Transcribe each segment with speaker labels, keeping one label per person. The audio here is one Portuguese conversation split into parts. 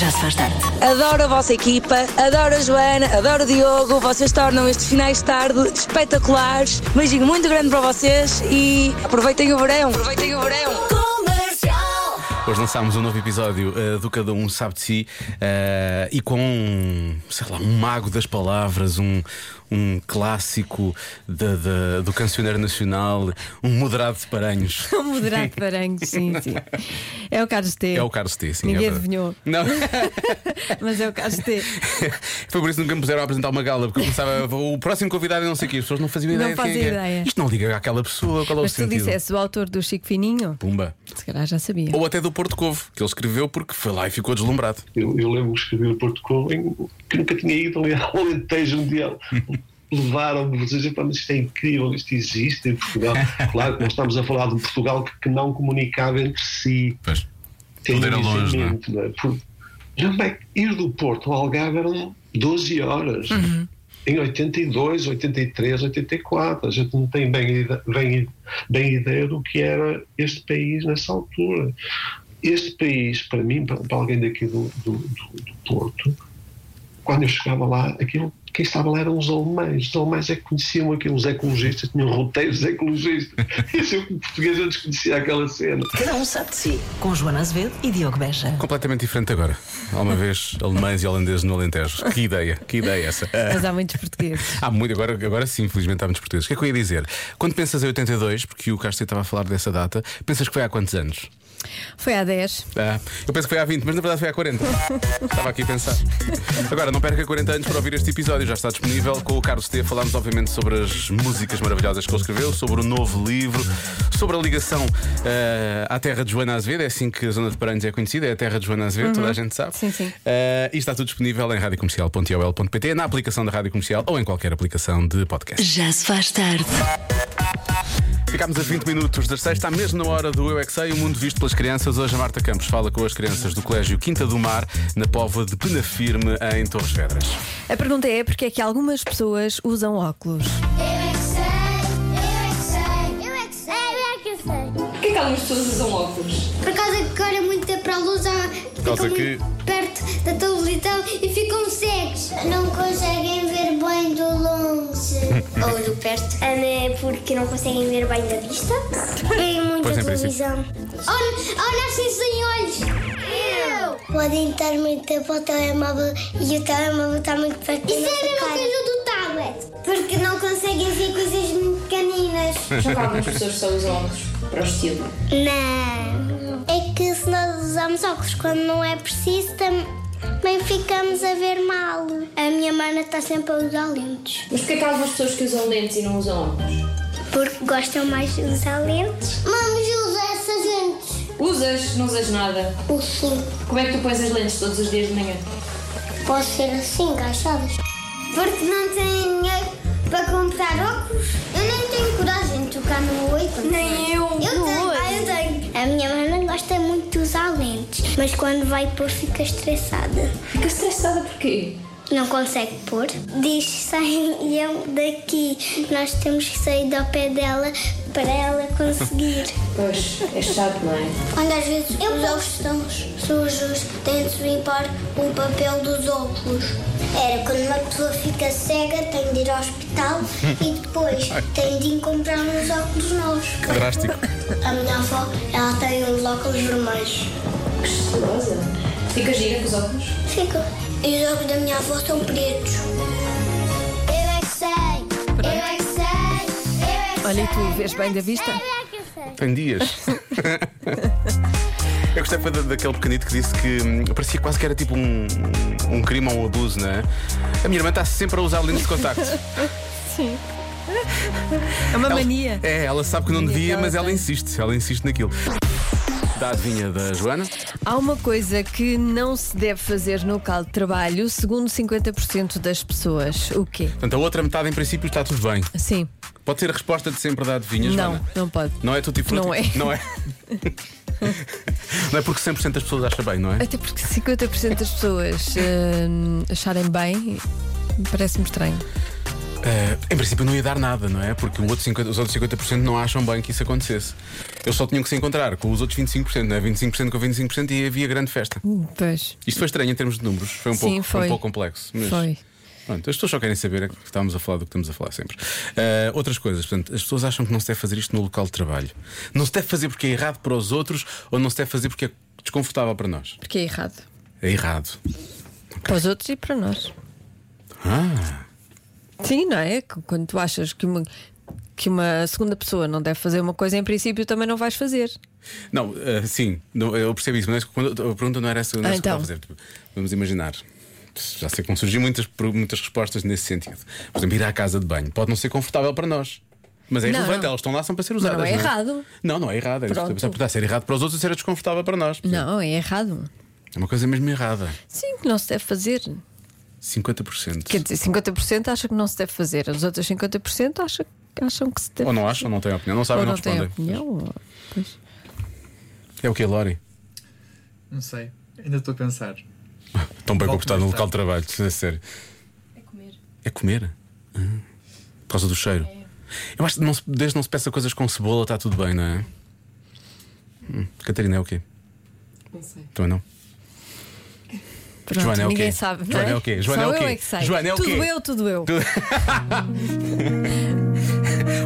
Speaker 1: Já se faz tarde.
Speaker 2: Adoro a vossa equipa, adoro a Joana, adoro o Diogo. Vocês tornam estes finais de tarde espetaculares. Beijinho muito grande para vocês e aproveitem o verão. Aproveitem o verão.
Speaker 3: Hoje lançámos um novo episódio eh, do Cada Um Sabe de Si eh, e com, um, sei lá, um mago das palavras, um, um clássico da- da- do cancioneiro nacional, um moderado de Paranhos.
Speaker 4: Um moderado de Paranhos, sim, sim. É o Carlos T.
Speaker 3: É o Carlos T, sim. é
Speaker 4: Ninguém
Speaker 3: verdade.
Speaker 4: adivinhou,
Speaker 3: Não,
Speaker 4: mas é o Carlos T.
Speaker 3: foi por isso que nunca me puseram a apresentar uma gala, porque começava o próximo convidado e não sei o quê, as pessoas não faziam
Speaker 4: Não
Speaker 3: ideia de quem
Speaker 4: fazem
Speaker 3: é que era.
Speaker 4: ideia.
Speaker 3: Isto não liga àquela pessoa, qual é o
Speaker 4: Mas se tu
Speaker 3: sentido?
Speaker 4: dissesse o autor do Chico Fininho,
Speaker 3: Pumba.
Speaker 4: se calhar já sabia.
Speaker 3: Ou até do Porto Covo, que ele escreveu porque foi lá e ficou deslumbrado.
Speaker 5: Eu, eu lembro que escrevi no Porto Covo em- que nunca tinha ido ali ao Alentejo um dia. Levaram-me, vocês diziam, "Pá, mas isto é incrível, isto existe em Portugal. Claro que nós estamos a falar de um Portugal que, que não comunicava entre si.
Speaker 3: Pois.
Speaker 5: Tem
Speaker 3: Tudo era longe, não é?
Speaker 5: isolamento, não é? Por- não, bem, ir do Porto ao Algarve eram 12 horas. Em 82, 83, 84. A gente não tem bem, ide- bem, bem ideia do que era este país nessa altura. Este país, para mim, para, para alguém daqui do, do, do- do Porto, quando eu chegava lá, aquilo. Quem estava lá eram os alemães. Os alemães é que conheciam aqueles ecologistas, tinham roteiros ecologistas. Isso eu, como português, eu desconhecia aquela cena.
Speaker 1: Cada um sabe de si. Com Joana Azevedo e Diogo Beja.
Speaker 3: Completamente diferente agora. Há uma vez alemães e holandeses no Alentejo. Que ideia, que ideia essa. Ah,
Speaker 4: Mas há muitos portugueses.
Speaker 3: Há muito, agora, agora sim, infelizmente há muitos portugueses. O que é que eu ia dizer? Quando pensas em 82, porque o Castro estava a falar dessa data, pensas que foi há quantos anos?
Speaker 4: Foi há 10.
Speaker 3: Ah, eu penso que foi há 20, mas na verdade foi há 40. Estava aqui a pensar. Agora, não perca 40 anos para ouvir este episódio, já está disponível. Com o Carlos T. falámos, obviamente, sobre as músicas maravilhosas que ele escreveu, sobre o novo livro, sobre a ligação ah, à terra de Joana Azevedo. É assim que a Zona de Paranhos é conhecida, é a terra de Joana Azevedo, toda a gente sabe.
Speaker 4: Uhum. Sim, sim.
Speaker 3: Ah, e está tudo disponível em radiocomercial.ol.pt, na aplicação da Rádio Comercial ou em qualquer aplicação de podcast.
Speaker 1: Já se faz tarde.
Speaker 3: Ficámos a 20 minutos das 6, está mesmo na hora do Eu é Que Sei, o mundo visto pelas crianças. Hoje a Marta Campos fala com as crianças do Colégio Quinta do Mar, na Póvoa de Penafirme, em Torres Vedras.
Speaker 4: A pergunta é porque é que algumas pessoas usam óculos?
Speaker 6: Eu é que sei, eu é que sei, eu é que sei, eu é que sei.
Speaker 7: Porquê que algumas pessoas usam óculos?
Speaker 6: Por causa que olham muito tempo para a luz, ah,
Speaker 3: causa
Speaker 6: ficam
Speaker 3: que-
Speaker 6: muito perto da televisão e ficam cegos. Não conseguem ver bem do longe. Ou do perto. É porque não conseguem ver bem da vista. Veem
Speaker 3: Pois,
Speaker 6: muita
Speaker 3: em
Speaker 6: televisão. Ou, ou nascem sem olhos. Eu! Podem estar muito tempo ao telemóvel e o telemóvel está muito perto. Isso é a mesma coisa do tablet. Porque não conseguem ver coisas muito pequeninas.
Speaker 7: Já que Então, algumas pessoas só usam óculos para o estilo.
Speaker 6: Não. É que se nós usamos óculos quando não é preciso, também ficamos a ver mal. A minha mana está sempre a usar lentes.
Speaker 7: Mas porquê é que há algumas pessoas que usam lentes e não usam óculos?
Speaker 6: Porque gostam mais de usar lentes. Vamos usar essas lentes.
Speaker 7: Usas, não usas nada.
Speaker 6: O sim.
Speaker 7: Como é que tu pões as lentes todos os dias de manhã?
Speaker 6: Pode ser assim, encaixadas. Porque não têm dinheiro para comprar óculos. Eu nem tenho coragem de tocar no oito. Nem eu. Eu tenho, eu tenho. A minha mana gosta muito de usar lentes, mas quando vai pôr fica estressada.
Speaker 7: Fica estressada porquê?
Speaker 6: Não consegue pôr. Diz saiam daqui. Nós temos que sair do pé dela para ela conseguir.
Speaker 7: Pois, é chato, não é?
Speaker 6: Quando às vezes os óculos estão sujos, tem de limpar o papel dos óculos. Era quando uma pessoa fica cega, tem de ir ao hospital e depois tem de ir comprar uns óculos novos.
Speaker 3: Drástico.
Speaker 6: A minha avó, ela tem uns óculos vermelhos.
Speaker 7: Que estilosa. Fica gira com os óculos?
Speaker 6: Fica. E os óculos da minha avó são pretos. Eu é que sei, eu é que sei, eu é que
Speaker 4: Olha, e tu
Speaker 6: sei,
Speaker 4: vês
Speaker 6: eu
Speaker 4: bem
Speaker 6: é
Speaker 4: da
Speaker 6: que
Speaker 4: vista?
Speaker 6: sei, eu é que sei.
Speaker 3: Tem dias. Eu gostei foi da- daquele pequenito que disse que hum, parecia quase que era tipo um, um crime ou um abuso, não é? A minha irmã está sempre a usar lentes de contacto.
Speaker 4: É uma
Speaker 3: Ela-
Speaker 4: mania.
Speaker 3: É, ela sabe que não devia,
Speaker 4: ela
Speaker 3: mas ela
Speaker 4: tem.
Speaker 3: insiste, ela insiste naquilo. Da adivinha da Joana.
Speaker 4: Há uma coisa que não se deve fazer no local de trabalho, segundo 50% das pessoas. O quê?
Speaker 3: Portanto, a outra metade, em princípio, está tudo bem.
Speaker 4: Sim,
Speaker 3: Pode ser a resposta de sempre da adivinha,
Speaker 4: não,
Speaker 3: Joana?
Speaker 4: não pode.
Speaker 3: Não é tutti frutti?
Speaker 4: Não é.
Speaker 3: Não é, Não é porque 100% das pessoas acham bem, não é?
Speaker 4: Até porque hum, 50% das pessoas eh, acharem bem, parece-me estranho.
Speaker 3: Eh, em princípio não ia dar nada, não é? Porque o outro 50 os outros 50% não acham bem que isso acontecesse. Eles só tinham que se encontrar com os outros 25%, não é? 25% com 25% e havia grande festa.
Speaker 4: Pois. isto
Speaker 3: Isto foi estranho em termos de números, foi um,
Speaker 4: Hum. Sim,
Speaker 3: pouco,
Speaker 4: foi.
Speaker 3: um pouco complexo. mas-
Speaker 4: Foi.
Speaker 3: Pronto, as pessoas só querem saber é que estamos a falar do que estamos a falar sempre. Eh, outras coisas, portanto, as pessoas acham que não se deve fazer isto no local de trabalho. Não se deve fazer porque é errado para os outros ou não se deve fazer porque é desconfortável para nós.
Speaker 4: Porque é errado.
Speaker 3: É errado.
Speaker 4: Para os outros e para nós.
Speaker 3: Ah,
Speaker 4: Sim, não é? Qu- Quando tu achas que uma, que uma segunda pessoa não deve fazer uma coisa, em princípio também não vais fazer.
Speaker 3: não, eh, sim, não, eu percebo isso, mas quando a pergunta não era essa, não era
Speaker 4: Ah,
Speaker 3: essa que eu
Speaker 4: então.
Speaker 3: estava a fazer. Vamos imaginar. Já sei que vão surgir muitas, per- muitas respostas nesse sentido. Por exemplo, ir à casa de banho pode não ser confortável para nós. Mas é
Speaker 4: Não,
Speaker 3: irrelevante,
Speaker 4: não.
Speaker 3: elas estão lá, são para ser usadas.
Speaker 4: não é errado.
Speaker 3: Não, não é errado. Era isso que eu
Speaker 4: Pronto.
Speaker 3: estava a perguntar. ser errado para os outros e ser desconfortável para nós.
Speaker 4: Não, é errado.
Speaker 3: É uma coisa mesmo errada.
Speaker 4: Sim, que não se deve fazer.
Speaker 3: 50%.
Speaker 4: Quer dizer, 50% acha que não se deve fazer, os outros 50% acha, acham que se deve
Speaker 3: Ou não acham, não têm opinião, não sabem,
Speaker 4: Ou
Speaker 3: não,
Speaker 4: não têm
Speaker 3: respondem.
Speaker 4: opinião. ou- pois.
Speaker 3: É o que, Lori?
Speaker 8: Não sei, ainda estou a pensar.
Speaker 3: Tão bem
Speaker 8: Volto
Speaker 3: comportado no
Speaker 8: mais
Speaker 3: local de trabalho, se é sério.
Speaker 7: É comer.
Speaker 3: É comer? Ah, Por causa do cheiro. Eu acho que não se- desde não se peça coisas com cebola, está tudo bem, não é? Hum, Catarina é o quê?
Speaker 7: Não sei.
Speaker 3: Também não.
Speaker 4: Pronto,
Speaker 3: Joana é o
Speaker 4: ninguém
Speaker 3: quê?
Speaker 4: sabe. não
Speaker 3: Joana é o quê? Joana
Speaker 4: Só
Speaker 3: é o quê?
Speaker 4: eu é que sei.
Speaker 3: Joana é o
Speaker 4: tudo
Speaker 3: quê?
Speaker 4: eu, tudo eu.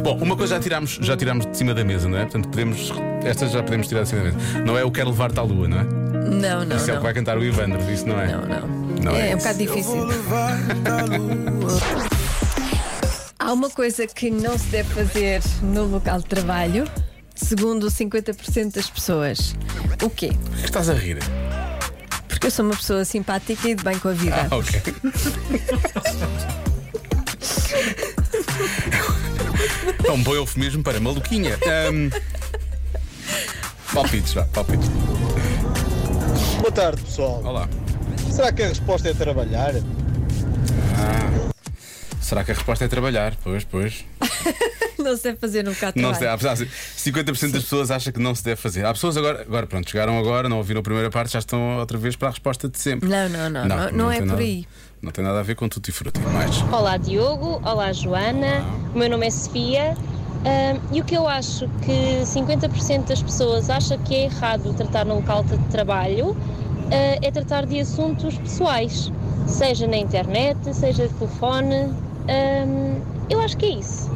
Speaker 3: Bom, uma coisa já tirámos, já tirámos de cima da mesa, não é? Portanto, podemos. Estas já podemos tirar de cima da mesa. Não é o quero levar-te à lua, não é?
Speaker 4: Não, não,
Speaker 3: Isso é o
Speaker 4: não.
Speaker 3: que vai cantar o Ivandro, isso não é?
Speaker 4: Não, não.
Speaker 3: Não é
Speaker 4: é, um
Speaker 3: isso.
Speaker 4: bocado difícil. Há uma coisa que não se deve fazer no local de trabalho, segundo 50% das pessoas. O quê?
Speaker 3: Por que estás a rir?
Speaker 4: Porque eu sou uma pessoa simpática e de bem com a vida.
Speaker 3: Ah, ok. É um bom eufemismo para maluquinha. Ahm, Palpites, vá, palpites.
Speaker 9: Boa tarde, pessoal.
Speaker 3: Olá.
Speaker 9: Será que a resposta é trabalhar?
Speaker 3: Ah, Será que a resposta é trabalhar? Pois, pois.
Speaker 4: Não se deve fazer no local de
Speaker 3: Ah. Não se deve,
Speaker 4: trabalho.
Speaker 3: apesar de- 50% das pessoas acham que não se deve fazer. Há pessoas agora, agora pronto, chegaram agora, não ouviram a primeira parte, já estão outra vez para a resposta de sempre.
Speaker 4: Não, não, não, não- não é
Speaker 3: tem
Speaker 4: por
Speaker 3: nada-
Speaker 4: aí. Oh.
Speaker 3: Não tem nada a ver com tudo e fruto. é Mais.
Speaker 10: Olá Diogo, olá Joana, o meu nome é Sofia Ahm, e o que eu acho que 50% das pessoas acha que é errado tratar no local de trabalho ah, é tratar de assuntos pessoais, seja na internet, seja de telefone. Ahm, eu acho que é isso.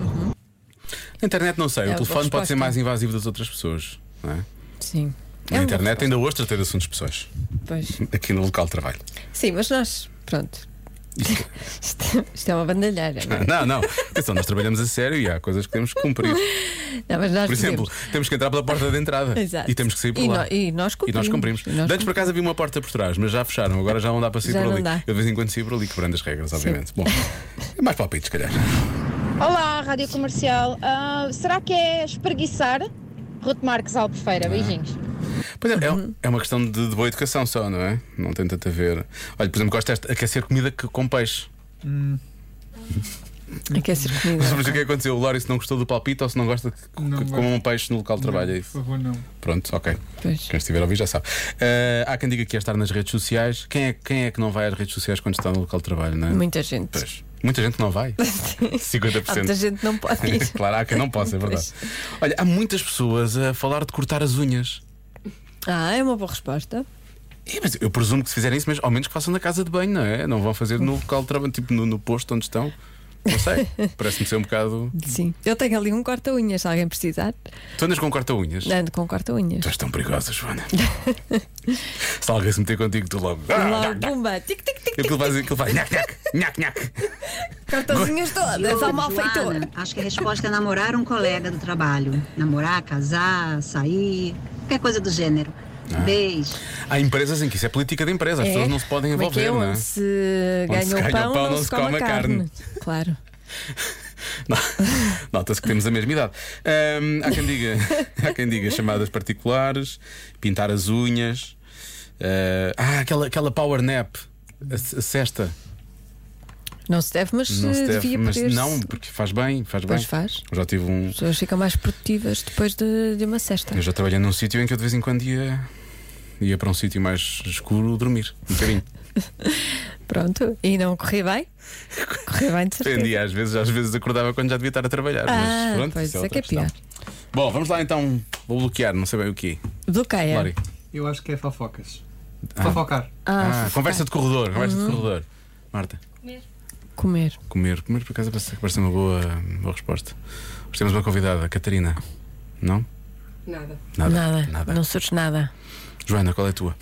Speaker 3: Na internet não sei,
Speaker 4: É
Speaker 3: o
Speaker 4: uma boa
Speaker 3: telefone pode ser
Speaker 4: resposta.
Speaker 3: mais invasivo das outras pessoas. Não é?
Speaker 4: Sim. É
Speaker 3: Na
Speaker 4: uma
Speaker 3: internet ainda hoje tratei de assuntos pessoais.
Speaker 4: Pois.
Speaker 3: Aqui no local de trabalho.
Speaker 4: Sim, mas nós, pronto. Isto, isto é uma bandalheira. Não,
Speaker 3: Não,
Speaker 4: é?
Speaker 3: não. Atenção, nós trabalhamos a sério e há coisas que temos que cumprir.
Speaker 4: Não, mas nós
Speaker 3: Ah. Por exemplo,
Speaker 4: fazemos.
Speaker 3: temos que entrar pela porta de entrada
Speaker 4: Exato.
Speaker 3: e temos que sair por
Speaker 4: E
Speaker 3: lá.
Speaker 4: no- e nós cumprimos.
Speaker 3: cumprimos.
Speaker 4: E nós
Speaker 3: Antes por acaso havia uma porta por trás, mas já fecharam. Agora já não dá para sair
Speaker 4: Já
Speaker 3: por
Speaker 4: não
Speaker 3: ali.
Speaker 4: dá.
Speaker 3: Eu de vez em quando saio por ali, quebrando as regras, obviamente. Bom, é mais palpites, se calhar.
Speaker 11: Olá, Rádio Comercial. Ah, será que é espreguiçar? Ruth Marques Albufeira, beijinhos.
Speaker 3: Pois é, é, é uma questão de, de boa educação só, não é? Não tem tanto a ver. Olha, por exemplo, gosto de aquecer comida que- com peixe.
Speaker 8: Hum,
Speaker 4: Aquecer comida.
Speaker 3: Mas o que é que aconteceu? O Lóris não gostou do palpite ou se não gosta que,
Speaker 8: Não
Speaker 3: que
Speaker 8: gosto.
Speaker 3: coma um peixe no local de trabalho? é
Speaker 8: Não, Por
Speaker 3: isso?
Speaker 8: favor, não.
Speaker 3: Pronto, ok.
Speaker 4: Pois.
Speaker 3: Quem estiver a ouvir já sabe. Eh, há quem diga que é estar nas redes sociais. Quem é, quem é que não vai às redes sociais quando está no local de trabalho, não é?
Speaker 4: Muita gente.
Speaker 3: Pois. Muita gente não vai. 50%.
Speaker 4: Há muita gente que não pode ir.
Speaker 3: claro, há quem não possa, é verdade. Olha, há muitas pessoas a falar de cortar as unhas.
Speaker 4: Ah, é uma boa resposta.
Speaker 3: É, mas eu presumo que se fizerem isso, mas ao menos que façam na casa de banho, não é? Não vão fazer no local de trabalho, tipo no, no posto onde estão. Não sei. Parece-me ser um bocado.
Speaker 4: Sim. Eu tenho ali um corta-unhas, se alguém precisar.
Speaker 3: Tu andas com corta-unhas?
Speaker 4: Ando com corta-unhas.
Speaker 3: Tu és tão perigosa, Joana. se alguém se meter contigo, tu logo. Ah,
Speaker 4: Lá, pumba, tic, tic, tic,
Speaker 3: Aquilo faz, aquilo faz, nhac, nhac, nhac, nhac.
Speaker 4: corta-unhas todas, ao malfeitor.
Speaker 11: acho que a resposta é namorar um colega do trabalho. Namorar, casar, sair, qualquer coisa do gênero. Beijo.
Speaker 3: Há empresas em que isso é política de empresa, as
Speaker 4: É.
Speaker 3: pessoas não se podem
Speaker 4: Como é que
Speaker 3: envolver,
Speaker 4: é?
Speaker 3: não é?
Speaker 4: Onde se
Speaker 3: Onde se
Speaker 4: ganha o pão, não, se come a carne.
Speaker 3: carne.
Speaker 4: Claro.
Speaker 3: Não- Nota-se que temos a mesma idade. Ahm, há, quem diga, há quem diga chamadas particulares, pintar as unhas. eh, ah, aquela, aquela power nap, a, s- a cesta.
Speaker 4: Não se deve, mas
Speaker 3: Não se deve,
Speaker 4: devia
Speaker 3: mas
Speaker 4: poder-se.
Speaker 3: não, porque faz bem, faz
Speaker 4: Pois
Speaker 3: bem.
Speaker 4: faz.
Speaker 3: Eu já tive um.
Speaker 4: As pessoas ficam mais produtivas depois de, de uma cesta.
Speaker 3: Eu já trabalhei num sítio em que eu de vez em quando ia, ia para um sítio mais escuro dormir, um bocadinho.
Speaker 4: Pronto. E não corri bem? Corri bem de certeza.
Speaker 3: Entendia às vezes, às vezes acordava quando já devia estar a trabalhar.
Speaker 4: é. Ah,
Speaker 3: mas pronto,
Speaker 4: pois,
Speaker 3: isso
Speaker 4: é
Speaker 3: outra
Speaker 4: que é
Speaker 3: questão.
Speaker 4: pior.
Speaker 3: Bom, vamos lá então. Vou bloquear, não sei bem o que.
Speaker 4: Bloqueia.
Speaker 3: Lori.
Speaker 8: Eu acho que é fofocas. Fofocar.
Speaker 3: Ah,
Speaker 4: Ah,
Speaker 3: conversa de corredor, conversa
Speaker 4: Uhum.
Speaker 3: de corredor. Marta,
Speaker 4: Comer.
Speaker 3: comer. Comer por acaso parece, parece uma boa, boa resposta. Hoje temos uma convidada, Catarina. Não?
Speaker 7: Nada.
Speaker 3: Nada.
Speaker 12: Nada.
Speaker 3: Nada.
Speaker 12: Não surge nada.
Speaker 3: Joana, qual é a tua?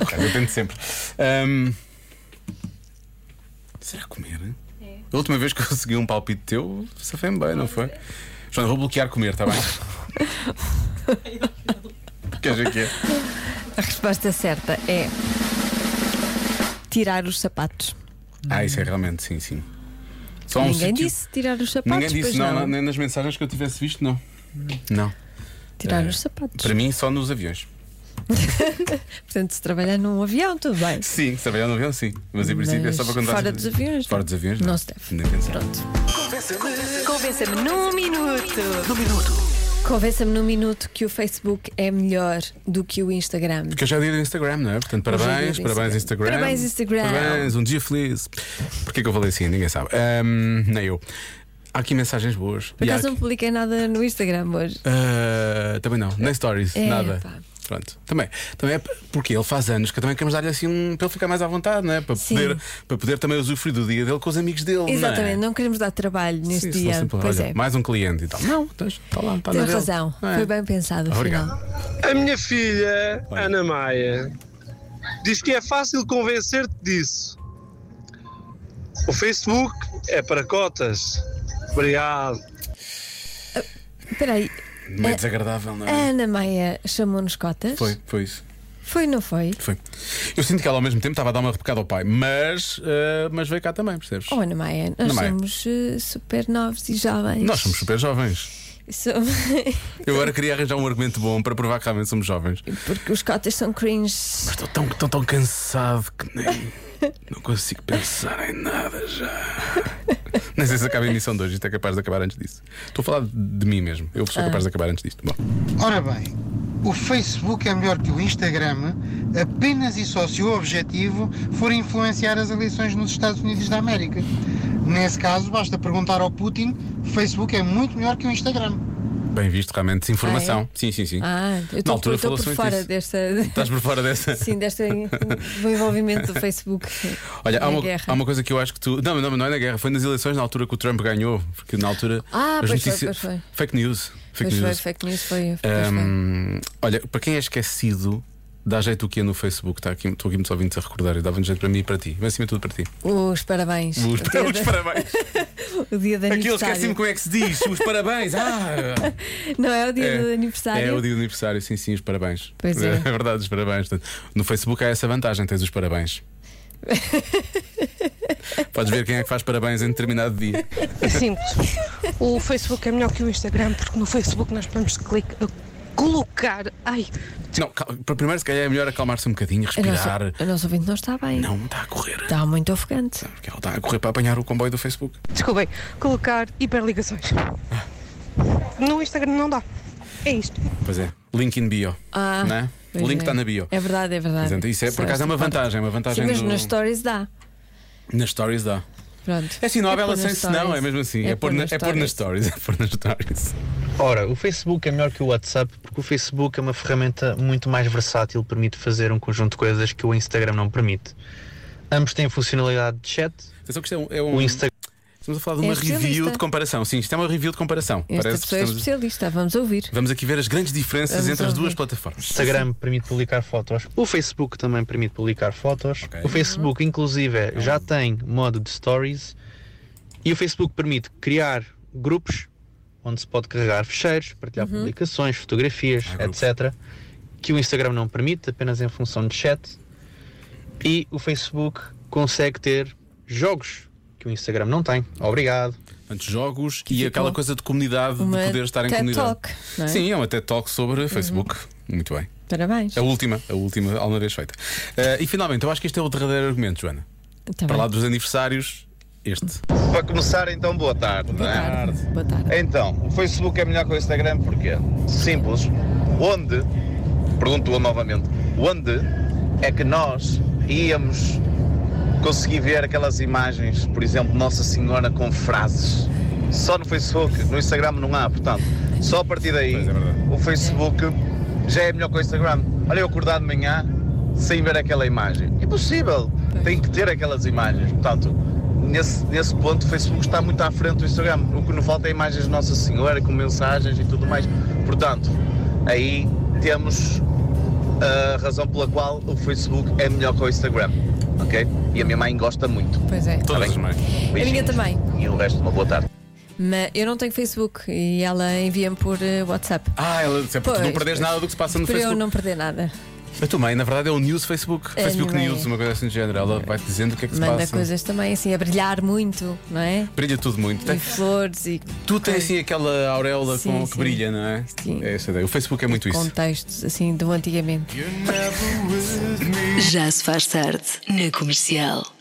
Speaker 3: Ok, eu tento sempre. Ahm, será comer? A última vez que eu segui um palpite teu, safei-me bem, não foi? Joana, vou bloquear comer, está bem? Queres ver que é?
Speaker 4: A resposta certa é tirar os sapatos.
Speaker 3: Ah, isso é realmente, sim, sim. Só um
Speaker 4: Ninguém
Speaker 3: sítio-
Speaker 4: disse tirar os sapatos.
Speaker 3: Ninguém
Speaker 4: pois
Speaker 3: disse, não, não, nem nas mensagens que eu tivesse visto, não. Não.
Speaker 4: Tirar
Speaker 3: Eh,
Speaker 4: os sapatos.
Speaker 3: Para mim, só nos aviões.
Speaker 4: Portanto, se trabalhar num avião, tudo bem.
Speaker 3: Sim, se trabalhar no avião, sim. Mas em princípio é só para
Speaker 4: Mas
Speaker 3: contar.
Speaker 4: fora dos aviões,
Speaker 3: Fora dos aviões, não.
Speaker 4: não se deve.
Speaker 3: Nem pensar.
Speaker 12: Convença-me num minuto. Num minuto.
Speaker 4: Convença-me num minuto que o Facebook é melhor do que o Instagram.
Speaker 3: Porque hoje é o dia do Instagram, não é? Portanto,
Speaker 4: Hoje é
Speaker 3: parabéns,
Speaker 4: dia do
Speaker 3: parabéns Instagram.
Speaker 4: Instagram. Parabéns, Instagram.
Speaker 3: Parabéns, um dia feliz. Porquê que eu falei assim? Ninguém sabe. Ahm, nem eu. Há aqui mensagens boas.
Speaker 4: Por
Speaker 3: E há
Speaker 4: acaso não
Speaker 3: aqui-
Speaker 4: publiquei nada no Instagram hoje.
Speaker 3: Ah, também não, nem stories,
Speaker 4: É,
Speaker 3: nada.
Speaker 4: pá.
Speaker 3: Pronto. Também, também é porque ele faz anos que também queremos dar-lhe assim um. para ele ficar mais à vontade, não é? Para
Speaker 4: Sim.
Speaker 3: poder, para poder também usufruir do dia dele com os amigos dele.
Speaker 4: Exatamente,
Speaker 3: Não é?
Speaker 4: não queremos dar trabalho neste
Speaker 3: Isso não
Speaker 4: dia.
Speaker 3: se pode.
Speaker 4: pois
Speaker 3: Olha,
Speaker 4: é.
Speaker 3: Mais um cliente e tal. Não, está lá, está na
Speaker 4: Tem
Speaker 3: dele.
Speaker 4: razão.
Speaker 3: Não é?
Speaker 4: Foi bem pensado.
Speaker 3: Obrigado.
Speaker 4: Afinal.
Speaker 9: A minha filha, Ana Maia, diz que é fácil convencer-te disso. O Facebook é para cotas. Obrigado.
Speaker 4: Espera aí,
Speaker 3: Meio
Speaker 4: É-
Speaker 3: desagradável, não
Speaker 4: a
Speaker 3: é?
Speaker 4: Ana Maia chamou-nos cotas?
Speaker 3: Foi, foi isso.
Speaker 4: Foi, não foi?
Speaker 3: Foi. Eu sinto que ela ao mesmo tempo estava a dar uma repecada ao pai, mas, eh, mas veio cá também, percebes?
Speaker 4: Oh, Ana Maia, nós
Speaker 3: Ana Maia.
Speaker 4: somos eh, super novos e jovens.
Speaker 3: Nós somos super jovens.
Speaker 4: Somos-
Speaker 3: Eu agora queria arranjar um argumento bom para provar que realmente somos jovens.
Speaker 4: Porque os cotas são cringe.
Speaker 3: Estou tão, tão, tão cansado que nem. Não consigo pensar em nada já. Nem sei se acaba a emissão de hoje, isto é capaz de acabar antes disso. Estou a falar de mim mesmo. Eu sou
Speaker 13: Ah.
Speaker 3: capaz de acabar antes disto. Bom.
Speaker 13: Ora bem, o Facebook é melhor que o Instagram apenas e só se o objetivo for influenciar as eleições nos Estados Unidos da América. Nesse caso, basta perguntar ao Putin: Facebook é muito melhor que o Instagram.
Speaker 3: Bem visto, realmente, desinformação. Sim, sim, sim.
Speaker 4: Ah, eu
Speaker 3: Na
Speaker 4: estou
Speaker 3: altura
Speaker 4: eu estou
Speaker 3: falou-se
Speaker 4: por
Speaker 3: muito
Speaker 4: fora
Speaker 3: disso.
Speaker 4: desta.
Speaker 3: Estás por fora dessa.
Speaker 4: Sim, deste do envolvimento do Facebook.
Speaker 3: Olha, há
Speaker 4: na
Speaker 3: uma,
Speaker 4: guerra.
Speaker 3: há uma coisa que eu acho que tu. Não, não, não é na guerra, foi nas eleições na altura que o Trump ganhou, porque na altura
Speaker 4: Ah,
Speaker 3: as
Speaker 4: pois foi,
Speaker 3: notícias.
Speaker 4: pois foi.
Speaker 3: Fake news. Fake
Speaker 4: Pois foi,
Speaker 3: news. Ehm,
Speaker 4: fake news foi. pois foi.
Speaker 3: Ahm, olha, para quem é esquecido, dá jeito o que é no Facebook. Tá aqui, estou aqui muitos ouvintes a recordar. Eu dava jeito para mim e para ti. Mas acima de tudo para ti.
Speaker 4: Os parabéns.
Speaker 3: Os-
Speaker 4: O dia
Speaker 3: os
Speaker 4: da-
Speaker 3: parabéns.
Speaker 4: o dia de
Speaker 3: Aquilo
Speaker 4: aniversário.
Speaker 3: esqueci-me como é que se diz. Os parabéns. Ah!
Speaker 4: Não é o dia do aniversário.
Speaker 3: É o dia do aniversário, sim, sim, os parabéns.
Speaker 4: Pois é.
Speaker 3: verdade, os parabéns. Portanto, No Facebook há essa vantagem, tens os parabéns. Podes ver quem é que faz parabéns em determinado dia.
Speaker 14: É simples. O Facebook é melhor que o Instagram, porque no Facebook nós podemos clic- colocar. Ai,
Speaker 3: Não, cal- para primeiro, se calhar é melhor acalmar-se um bocadinho,
Speaker 4: A nossa,
Speaker 3: respirar.
Speaker 4: a nossa ouvinte não está bem.
Speaker 3: Não, está a correr.
Speaker 4: Está muito ofegante.
Speaker 3: Porque ela está a correr para apanhar o comboio do Facebook.
Speaker 14: desculpem, colocar hiperligações. No Instagram não dá. É isto.
Speaker 3: Pois é, link in bio.
Speaker 4: Ah,
Speaker 3: não é?
Speaker 4: pois
Speaker 3: O link
Speaker 4: é.
Speaker 3: está na bio.
Speaker 4: É verdade, é verdade.
Speaker 3: Portanto, isso é, por
Speaker 4: Só
Speaker 3: acaso é
Speaker 4: esta
Speaker 3: uma
Speaker 4: parte.
Speaker 3: vantagem, é uma vantagem
Speaker 4: Sim, mas
Speaker 3: do-
Speaker 4: nas stories dá.
Speaker 3: Nas stories dá.
Speaker 4: Pronto.
Speaker 3: É assim, não há bela
Speaker 4: pôr nas
Speaker 3: sem senão, é
Speaker 4: stories.
Speaker 3: mesmo assim. É, pôr, na-
Speaker 4: nas
Speaker 3: é pôr nas stories. É pôr nas stories.
Speaker 15: Ora, o Facebook é melhor que o WhatsApp porque o Facebook é uma ferramenta muito mais versátil, permite fazer um conjunto de coisas que o Instagram não permite. Ambos têm funcionalidade de chat.
Speaker 3: Atenção que isto é um, é um-
Speaker 15: O Instagram.
Speaker 3: Estamos a falar de uma
Speaker 4: É
Speaker 3: review
Speaker 4: especialista.
Speaker 3: de comparação. Sim, isto é uma review de comparação.
Speaker 4: Esta
Speaker 3: Parece que
Speaker 4: pessoa é
Speaker 3: estamos...
Speaker 4: especialista, vamos ouvir.
Speaker 3: Vamos aqui ver as grandes diferenças
Speaker 4: Vamos
Speaker 3: entre as duas
Speaker 4: ouvir.
Speaker 3: plataformas.
Speaker 15: Instagram permite publicar fotos. O Facebook também permite publicar fotos. O Facebook, inclusive, é, já tem modo de stories. E o Facebook permite criar grupos onde se pode carregar fecheiros, partilhar publicações, fotografias, etc. Que o Instagram não permite, apenas em função de chat. E o Facebook consegue ter jogos que o Instagram não tem. Obrigado.
Speaker 3: Portanto, jogos e aquela coisa de comunidade,
Speaker 4: uma
Speaker 3: de poder estar em
Speaker 4: TED
Speaker 3: comunidade.
Speaker 4: Talk, não é? Uhum.
Speaker 3: Sim, é uma TED Talk sobre Facebook. Muito bem.
Speaker 4: Parabéns.
Speaker 3: A última, a última alguma vez feita. Eh, e finalmente, eu acho que este é o derradeiro argumento, Joana.
Speaker 4: Tá
Speaker 3: Para
Speaker 4: bem. Tá
Speaker 3: lá dos aniversários, este.
Speaker 16: Para começar, então, boa tarde.
Speaker 3: é?
Speaker 16: Boa tarde.
Speaker 4: Boa tarde.
Speaker 16: Então, o Facebook é melhor que o Instagram porquê? Simples. Onde, pergunto-a novamente, onde é que nós íamos
Speaker 5: consegui ver aquelas imagens, por exemplo, Nossa Senhora com frases. Só no Facebook, no Instagram não há, portanto, só a partir daí o Facebook já é melhor que o Instagram. Olha, eu acordar de manhã sem ver aquela imagem. Impossível, tem que ter aquelas imagens. Portanto, nesse, nesse ponto o Facebook está muito à frente do Instagram. O que não falta é imagens de Nossa Senhora com mensagens e tudo mais. Portanto, aí temos a razão pela qual o Facebook é melhor que o Instagram. Ok? E a minha mãe gosta muito.
Speaker 4: Pois é.
Speaker 5: Todas as mães.
Speaker 4: A minha também.
Speaker 5: E o resto, uma boa tarde.
Speaker 4: Mas eu não tenho Facebook e ela envia-me por eh, WhatsApp.
Speaker 3: Ah, ela disse, "Porque tu não
Speaker 4: Pois,
Speaker 3: perdes
Speaker 4: pois.
Speaker 3: nada do que se passa no
Speaker 4: Para
Speaker 3: Facebook.
Speaker 4: eu não perder nada.
Speaker 3: A tua mãe, na verdade, é o News Facebook.
Speaker 4: É,
Speaker 3: Facebook
Speaker 4: não é?
Speaker 3: News, uma coisa assim de género. Ela vai dizendo o que é que se
Speaker 4: Manda
Speaker 3: passa.
Speaker 4: coisas também assim a brilhar muito, não é?
Speaker 3: Brilha tudo muito.
Speaker 4: E
Speaker 3: Tem-
Speaker 4: flores e
Speaker 3: Tu tens assim aquela auréola
Speaker 4: Sim,
Speaker 3: com, que
Speaker 4: sim.
Speaker 3: brilha, não é? Sim. É essa ideia. O Facebook é muito isso.
Speaker 4: contextos assim do antigamente.
Speaker 17: Já se faz tarde na comercial.